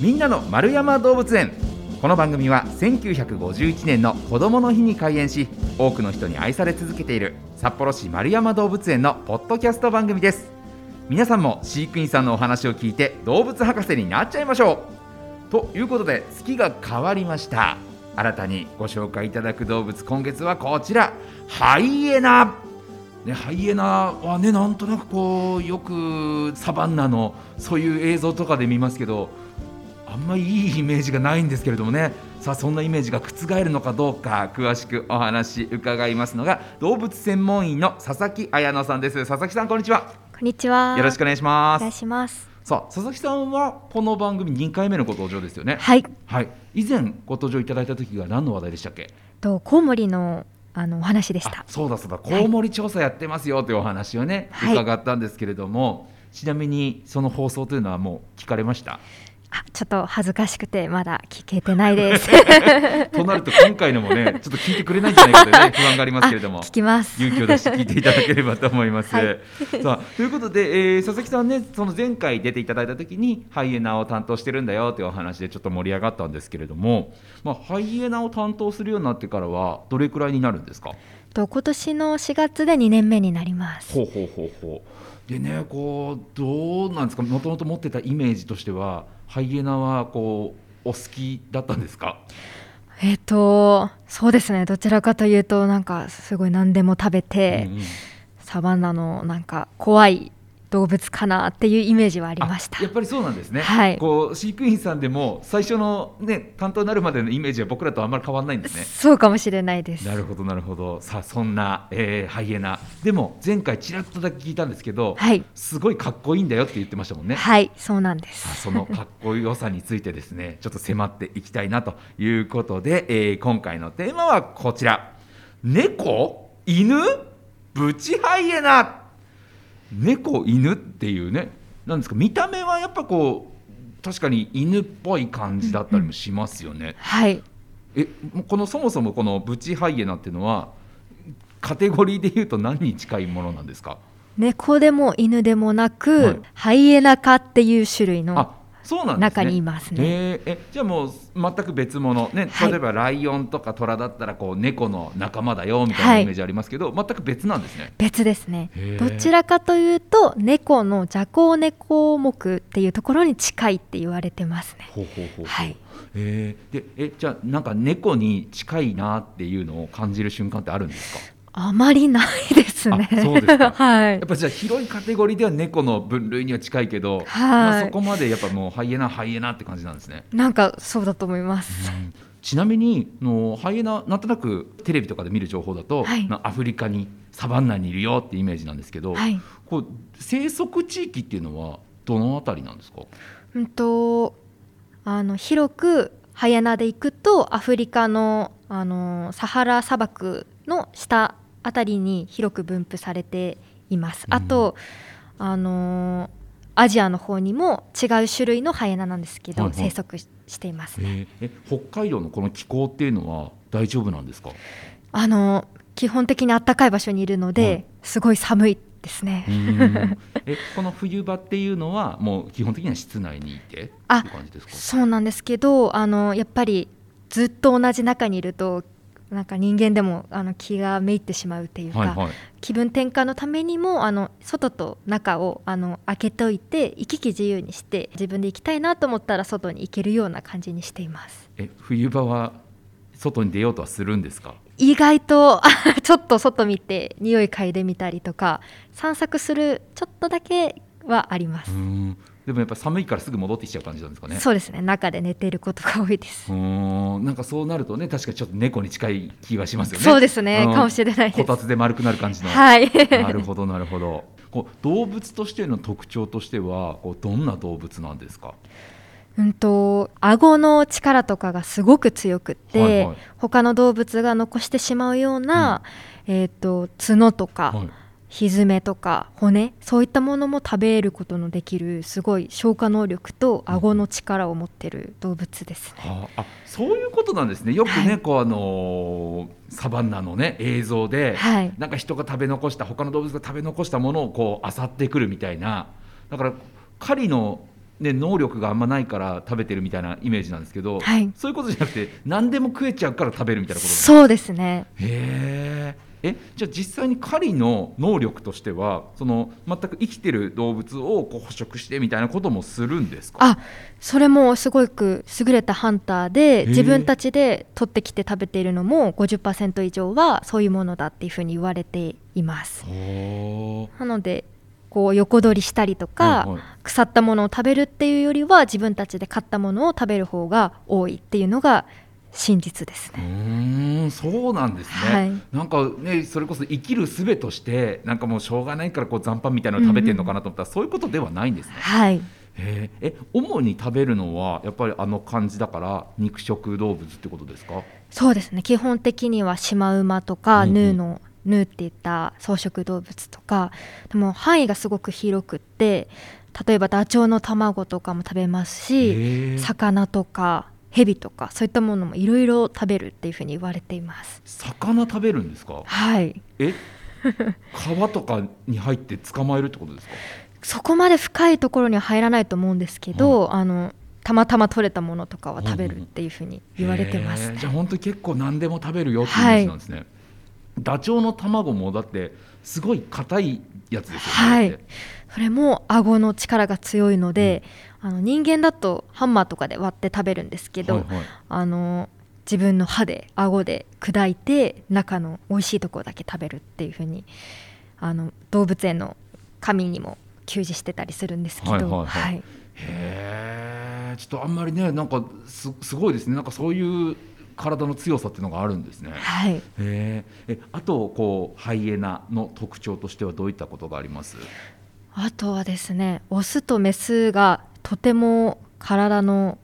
みんなの丸山動物園この番組は1951年の子どもの日に開園し多くの人に愛され続けている札幌市丸山動物園のポッドキャスト番組です皆さんも飼育員さんのお話を聞いて動物博士になっちゃいましょうということで月が変わりました新たにご紹介いただく動物今月はこちらハイエナね、ハイエナはねなんとなくこうよくサバンナのそういう映像とかで見ますけどあんまりいいイメージがないんですけれどもねさあそんなイメージが覆るのかどうか詳しくお話伺いますのが動物専門医の佐々木彩乃さんです佐々木さんこんにちはこんにちは。よろしくお願いしおます願いします。さあ佐々木さんはこの番組2回目のご登場ですよねはい。はい以前ご登場いただいた時が何の話題でしたっけとコウモリのあのお話でしたあ。そうだそうだコウモリ調査やってますよというお話をね、はい伺ったんですけれどもちなみにその放送というのはもう聞かれました あ、ちょっと恥ずかしくてまだ聞けてない です。となると今回のもねちょっと聞いてくれないんじゃないかというね不安がありますけれどもあ聞きます。勇気を出して聞いていただければと思います。はい さあということで、えー佐々木さんねその前回出ていただいた時にハイエナを担当してるんだよというお話でちょっと盛り上がったんですけれども、まあ、ハイエナを担当するようになってからはどれくらいになるんですかと今年の4月で2年目になります。ほうほうほうほうでねこうどうなんですかもともと持ってたイメージとしてはハイエナはこうお好きだったんですかえっ、とそうですね。どちらかというとなんかすごい何でも食べて、うんうんサバンナのなんか怖い動物かなっていうイメージはありましたあ。やっぱりそうなんですね、はいこう飼育員さんでも最初の、ね、担当になるまでのイメージは僕らとあんまり変わらないんですね。そうかもしれないです。なるほどなるほどさあそんな、えーハイエナでも前回ちらっとだけ聞いたんですけど、はい、すごいかっこいいんだよって言ってましたもんね。はい、そうなんでさあす。そのかっこよさについてですね ちょっと迫っていきたいなということで、えー今回のテーマはこちら猫犬ブチハイエナ猫犬っていうねなんですか見た目はやっぱこう確かに犬っぽい感じだったりもしますよね。はい。えもうこのそもそもこのブチハイエナっていうのはカテゴリーで言うと何に近いものなんですか猫でも犬でもなく、はいハイエナ科っていう種類のあそうなんですね中にいますね。えーえじゃあもう全く別物ね、はい例えばライオンとか虎だったらこう猫の仲間だよみたいなはいイメージありますけど、全く別なんですね。別ですねへーどちらかというと猫のジャコウネコウ目っていうところに近いって言われてますねほうほうほうはいえーでえじゃあなんか猫に近いなっていうのを感じる瞬間ってあるんですかあまりないですねあそうですかはいやっぱじゃあ広いカテゴリーでは猫の分類には近いけど、まあはそいこまでやっぱもうハイエナハイエナって感じなんですね。なんかそうだと思います、ちなみにあのハイエナなんとなくテレビとかで見る情報だと、はいなアフリカにサバンナにいるよってイメージなんですけど、はいこう生息地域っていうのはどのあたりなんですか。うんとあの広くハイエナで行くとアフリカのあのサハラ砂漠の下あたりに広く分布されています。うんあとあのアジアの方にも違う種類のハイエナなんですけど、はいはい生息ししていますね。え北海道のこの気候っていうのは大丈夫なんですか。あの基本的に暖かい場所にいるので、はいすごい寒いですね。 えこの冬場っていうのはもう基本的には室内にいてってあいう感じですか。そうなんですけどあのやっぱりずっと同じ中にいるとなんか人間でもあの気がめいってしまうっていうか、はいはい。気分転換のためにもあの外と中をあの開けておいて行き来自由にして自分で行きたいなと思ったら外に行けるような感じにしていますえ冬場は外に出ようとはするんですか。意外と ちょっと外見て匂い嗅いでみたりとか散策するちょっとだけはあります、うんでもやっぱ寒いからすぐ戻ってきちゃう感じなんですかね。そうですね中で寝ていることが多いですう、ーんなんかそうなるとね確かにちょっと猫に近い気がしますよね。そうですねうんかもしれないでこすたつで丸くなる感じの。はい なるほどなるほど。こう動物としての特徴としてはこうどんな動物なんですか。うんと顎の力とかがすごく強くって、はいはい他の動物が残してしまうような、えー、と角とか、はい。ひずめとか骨そういったものも食べることのできるすごい消化能力と顎の力を持ってる動物ですね。ああそういうことなんですね。よくね、はいこうあのーサバンナのね映像で、はいなんか人が食べ残した他の動物が食べ残したものをこう漁ってくるみたいな。だから狩りのね、能力があんまないから食べてるみたいなイメージなんですけど、はいそういうことじゃなくて何でも食えちゃうから食べるみたいなことですそうですねへええじゃあ実際に狩りの能力としてはその全く生きてる動物をこう捕食してみたいなこともするんですかあそれもすごく優れたハンターでー自分たちで取ってきて食べているのも50%以上はそういうものだっていうふうに言われていますおなのでこう横取りしたりとはか、いはい腐ったものを食べるっていうよりは自分たちで買ったものを食べる方が多いっていうのが真実ですうね。ーんそうなんですね、はいなんかねそれこそ生きる術としてなんかもうしょうがないからこう残飯みたいなのを食べてるのかなと思ったら、そういうことではないんですねはい、へええ主に食べるのはやっぱりあの感じだから肉食動物ってことですかそうですね基本的にはシマウマとか、うんうんヌーのヌーっていった草食動物とかでも範囲がすごく広くって例えばダチョウの卵とかも食べますしへえ魚とかヘビとかそういったものもいろいろ食べるっていうふうに言われています。魚食べるんですかはいえ皮とかに入って捕まえるってことですかそこまで深いところには入らないと思うんですけど、あのたまたま取れたものとかは食べるっていうふうに言われてますへねえじゃあ本当に結構何でも食べるよっていうイメージなんですね、ダチョウの卵もだってすごい硬いやつですよね、はいだってそれも顎の力が強いので、あの人間だとハンマーとかで割って食べるんですけど、はいはいあの自分の歯で顎で砕いて中の美味しいところだけ食べるっていうふうにあの動物園の神にも給仕してたりするんですけど、はいはいはいはいへえちょっとあんまりねなんかすすごいですねなんかそういう体の強さっていうのがあるんですねはいへええあとこうハイエナの特徴としてはどういったことがありますあとはですねオスとメスがとても体の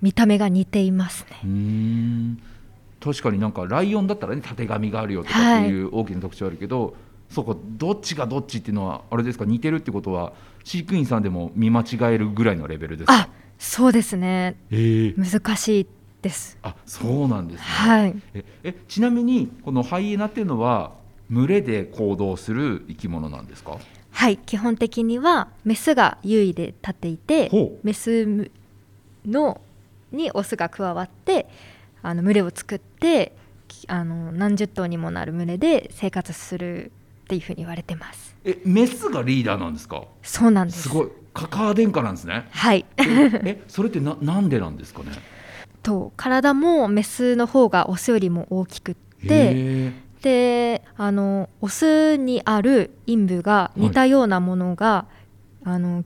見た目が似ていますうねーん確かになんかライオンだったらねたてがみがあるよとかっていう大きな特徴あるけど、そうかどっちがどっちっていうのはあれですか似てるってことは飼育員さんでも見間違えるぐらいのレベルですかあそうですねええ難しいですあそうなんですね、はいええちなみにこのハイエナっていうのは群れで行動する生き物なんですかはい基本的にはメスが優位で立っていてほうメスのにオスが加わってあの群れを作ってきあの何十頭にもなる群れで生活するっていうふうに言われてますえメスがリーダーなんですかそうなんですすごいカカア殿下なんですねはいええそれってななんでなんですかねと体もメスの方がオスよりも大きくってへえであのオスにある陰部が似たようなものが、あの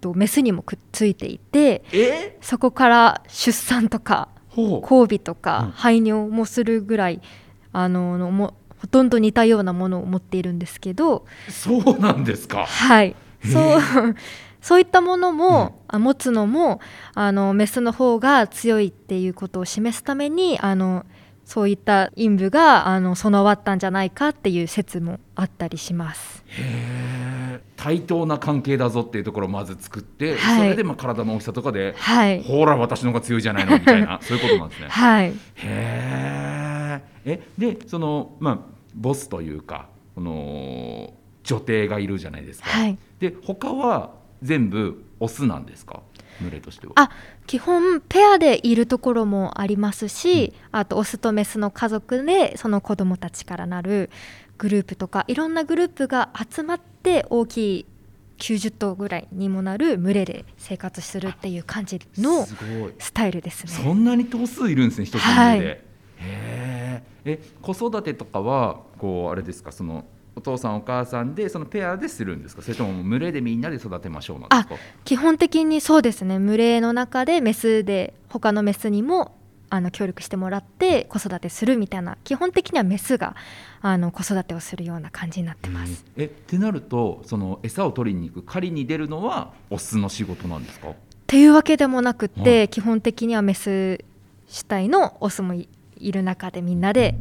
とメスにもくっついていてえそこから出産とかほう交尾とうんか排尿もするぐらいあののもほとんど似たようなものを持っているんですけど、そうなんですか。はい、そう そういったものも、あ持つのもあのメスの方が強いっていうことを示すためにあのそういった陰部があの備わったんじゃないかっていう説もあったりします。へえ対等な関係だぞっていうところをまず作って、はいそれでまあ体の大きさとかで、はい、ほら私の方が強いじゃないのみたいなそういうことなんですね。はい、へええでそのまあボスというかこの女帝がいるじゃないですか。はい、で他は全部オスなんですか群れとしては。あ基本ペアでいるところもありますし、あとオスとメスの家族でその子供たちからなるグループとかいろんなグループが集まって大きい90頭ぐらいにもなる群れで生活するっていう感じのすごい。スタイルですね。そんなに頭数いるんですね、一つの家で。はへええ、子育てとかは、こうあれですか、その。お父さんお母さんでそのペアでするんですかそれとももう群れでみんなで育てましょうなんですか基本的にそうですね群れの中でメスで他のメスにもあの協力してもらって子育てするみたいな基本的にはメスがあの子育てをするような感じになってます。えってなるとその餌を取りに行く狩りに出るのはオスの仕事なんですかっていうわけでもなくって、は基本的にはメス主体のオスもいいる中でみんなで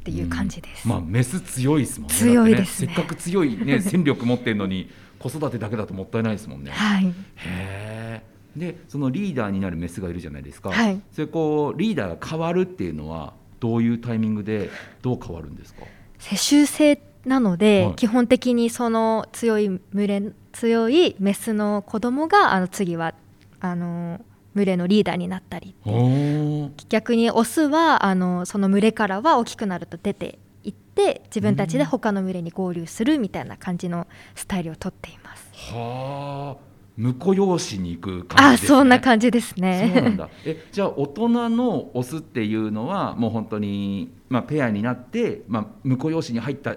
っていう感じです、まあメス強いですもんね強いだってですねせっかく強い ね戦力持ってるのに子育てだけだともったいないですもんねはいへえでそのリーダーになるメスがいるじゃないですか、はいそれこうリーダーが変わるっていうのはどういうタイミングでどう変わるんですか世襲制っなので、はい基本的にその強い群れ強いメスの子供があの次はあの群れのリーダーになったりお逆にオスはあのその群れからは大きくなると出ていって自分たちで他の群れに合流するみたいな感じのスタイルをとっています。はあ婿養子に行く感あ、じです、ね、そんな感じですね。そうなんだえじゃあ大人のオスっていうのはもう本当にまあペアになってまあ婿養子に入った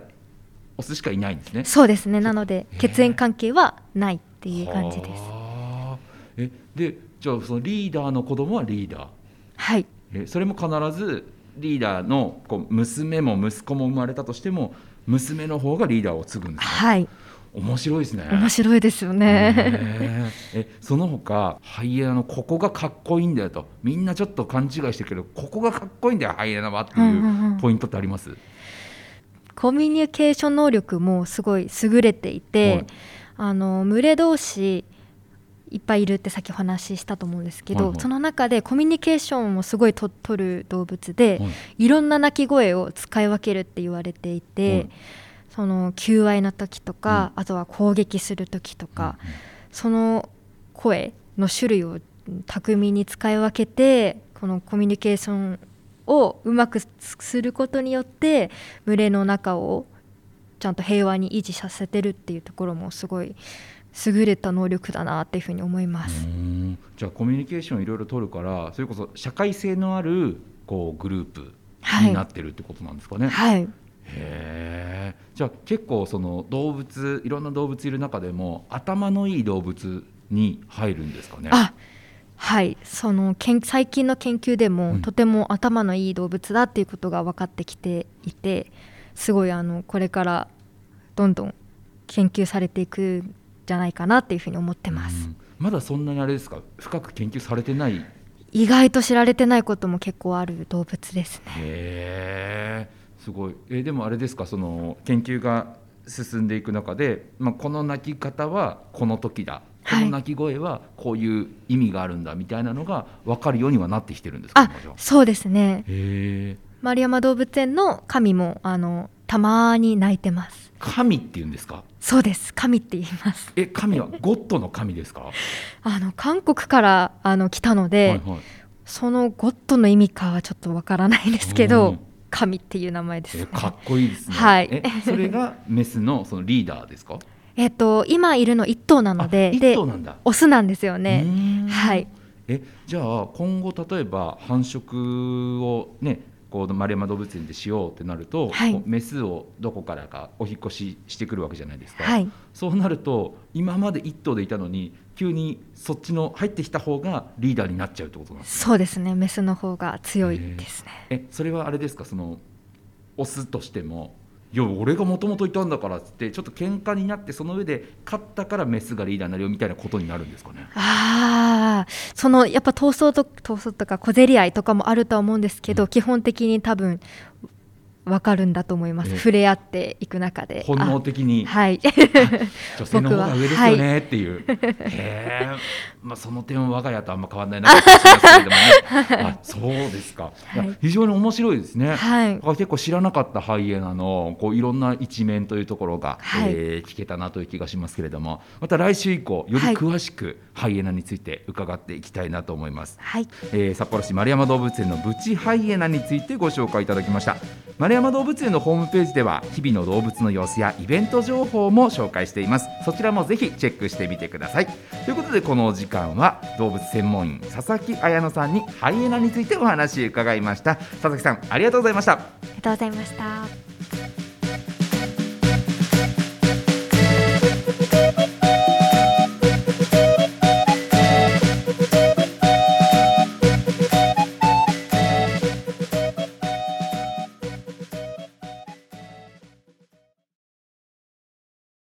オスしかいないんですねそうですね。なのでへえ血縁関係はないっていう感じです。はあえでじゃあそのリーダーの子供はリーダーはい。えそれも必ずリーダーのこう娘も息子も生まれたとしても娘の方がリーダーを継ぐんですねはい。面白いですね面白いですよ ね。ねええその他ハイエナのここがかっこいいんだよとみんなちょっと勘違いしてるけどここがかっこいいんだよハイエナはってうんういんううんポイントってあります、コミュニケーション能力もすごい優れていて、はいあの群れ同士いっぱいいるってさっきお話ししたと思うんですけど、はいはいその中でコミュニケーションもすごいと取る動物で、はいい、ろんな鳴き声を使い分けるって言われていて、はいその求愛の時とか、あとは攻撃する時とか、その声の種類を巧みに使い分けてこのコミュニケーションをうまくすることによって群れの中をちゃんと平和に維持させてるっていうところもすごい優れた能力だなっていうふうに思いますう。んじゃあコミュニケーションいろいろ取るからそれこそ社会性のあるこうグループはにいな、ってるってことなんですかね、はい、へえじゃあ結構その動物いろんな動物いる中でも頭のいい動物に入るんですかねあはいそのけん最近の研究でうも、んとても頭のいい動物だっていうことが分かってきていてすごいあのこれからどんどん研究されていくんじゃないかなっていうふうに思ってます、うんまだそんなにあれですか深く研究されてないへ意外と知られてないことも結構ある動物ですねえすごいえでもあれですかその研究が進んでいく中で、まあ、この鳴き方はこの時だこはいの鳴き声はこういう意味があるんだみたいなのが分かるようにはなってきてるんですかあ今じゃあそうですねへえ丸山動物園の神もあのたまに泣いてます神っていうんですかそうです神って言いますえ神はゴッドの神 ですかあの韓国からあの来たので、はいはい、そのゴッドの意味かはちょっとわからないですけうどん、神っていう名前です、えね。かっこいいですね。はいえそれがメスのそのリーダーですか。えっと今いるの一頭なので、あ一で頭なんだ。オスなんですようね。ーんはい。えじゃあ今後例えば繁殖をねこう丸山動物園でしようってなると、はいこうメスをどこからかお引っ越ししてくるわけじゃないですか。はい。そうなると今まで一頭でいたのに急にそっちの入ってきた方がリーダーになっちゃうってことなんですか。そうですね。メスの方が強いですね。えそれはあれですかそのオスとしてもいや俺がもともといたんだからっつってちょっと喧嘩になってその上で勝ったからメスがリーダーになるよみたいなことになるんですかねああ、そのやっぱ闘争と闘争とか小競り合いとかもあるとは思うんですけど、うん基本的に多分わかるんだと思いまえす。え触れ合っていく中で。本能的にあはい。女性の方僕がは上ですよねって いう、へえ、まあ、その点は我が家とあんま変わらないなと思いますけれどもねあそうですか、いやはい非常に面白いですね、は いだか。ら結構知らなかったハイエナのこういろんな一面というところが、はいえー聞けたなという気がしますけれどもまた来週以降よりはい詳しくハイエナについて伺っていきたいなと思います、はい。えー札幌市丸山動物園のブチハイエナについてご紹介いただきました丸山動物園のホームページでは日々の動物の様子やイベント情報も紹介していますそちらもぜひチェックしてみてくださいということでこのお時間は動物専門員佐々木彩乃さんにハイエナについてお話伺いました佐々木さんありがとうございましたありがとうございました。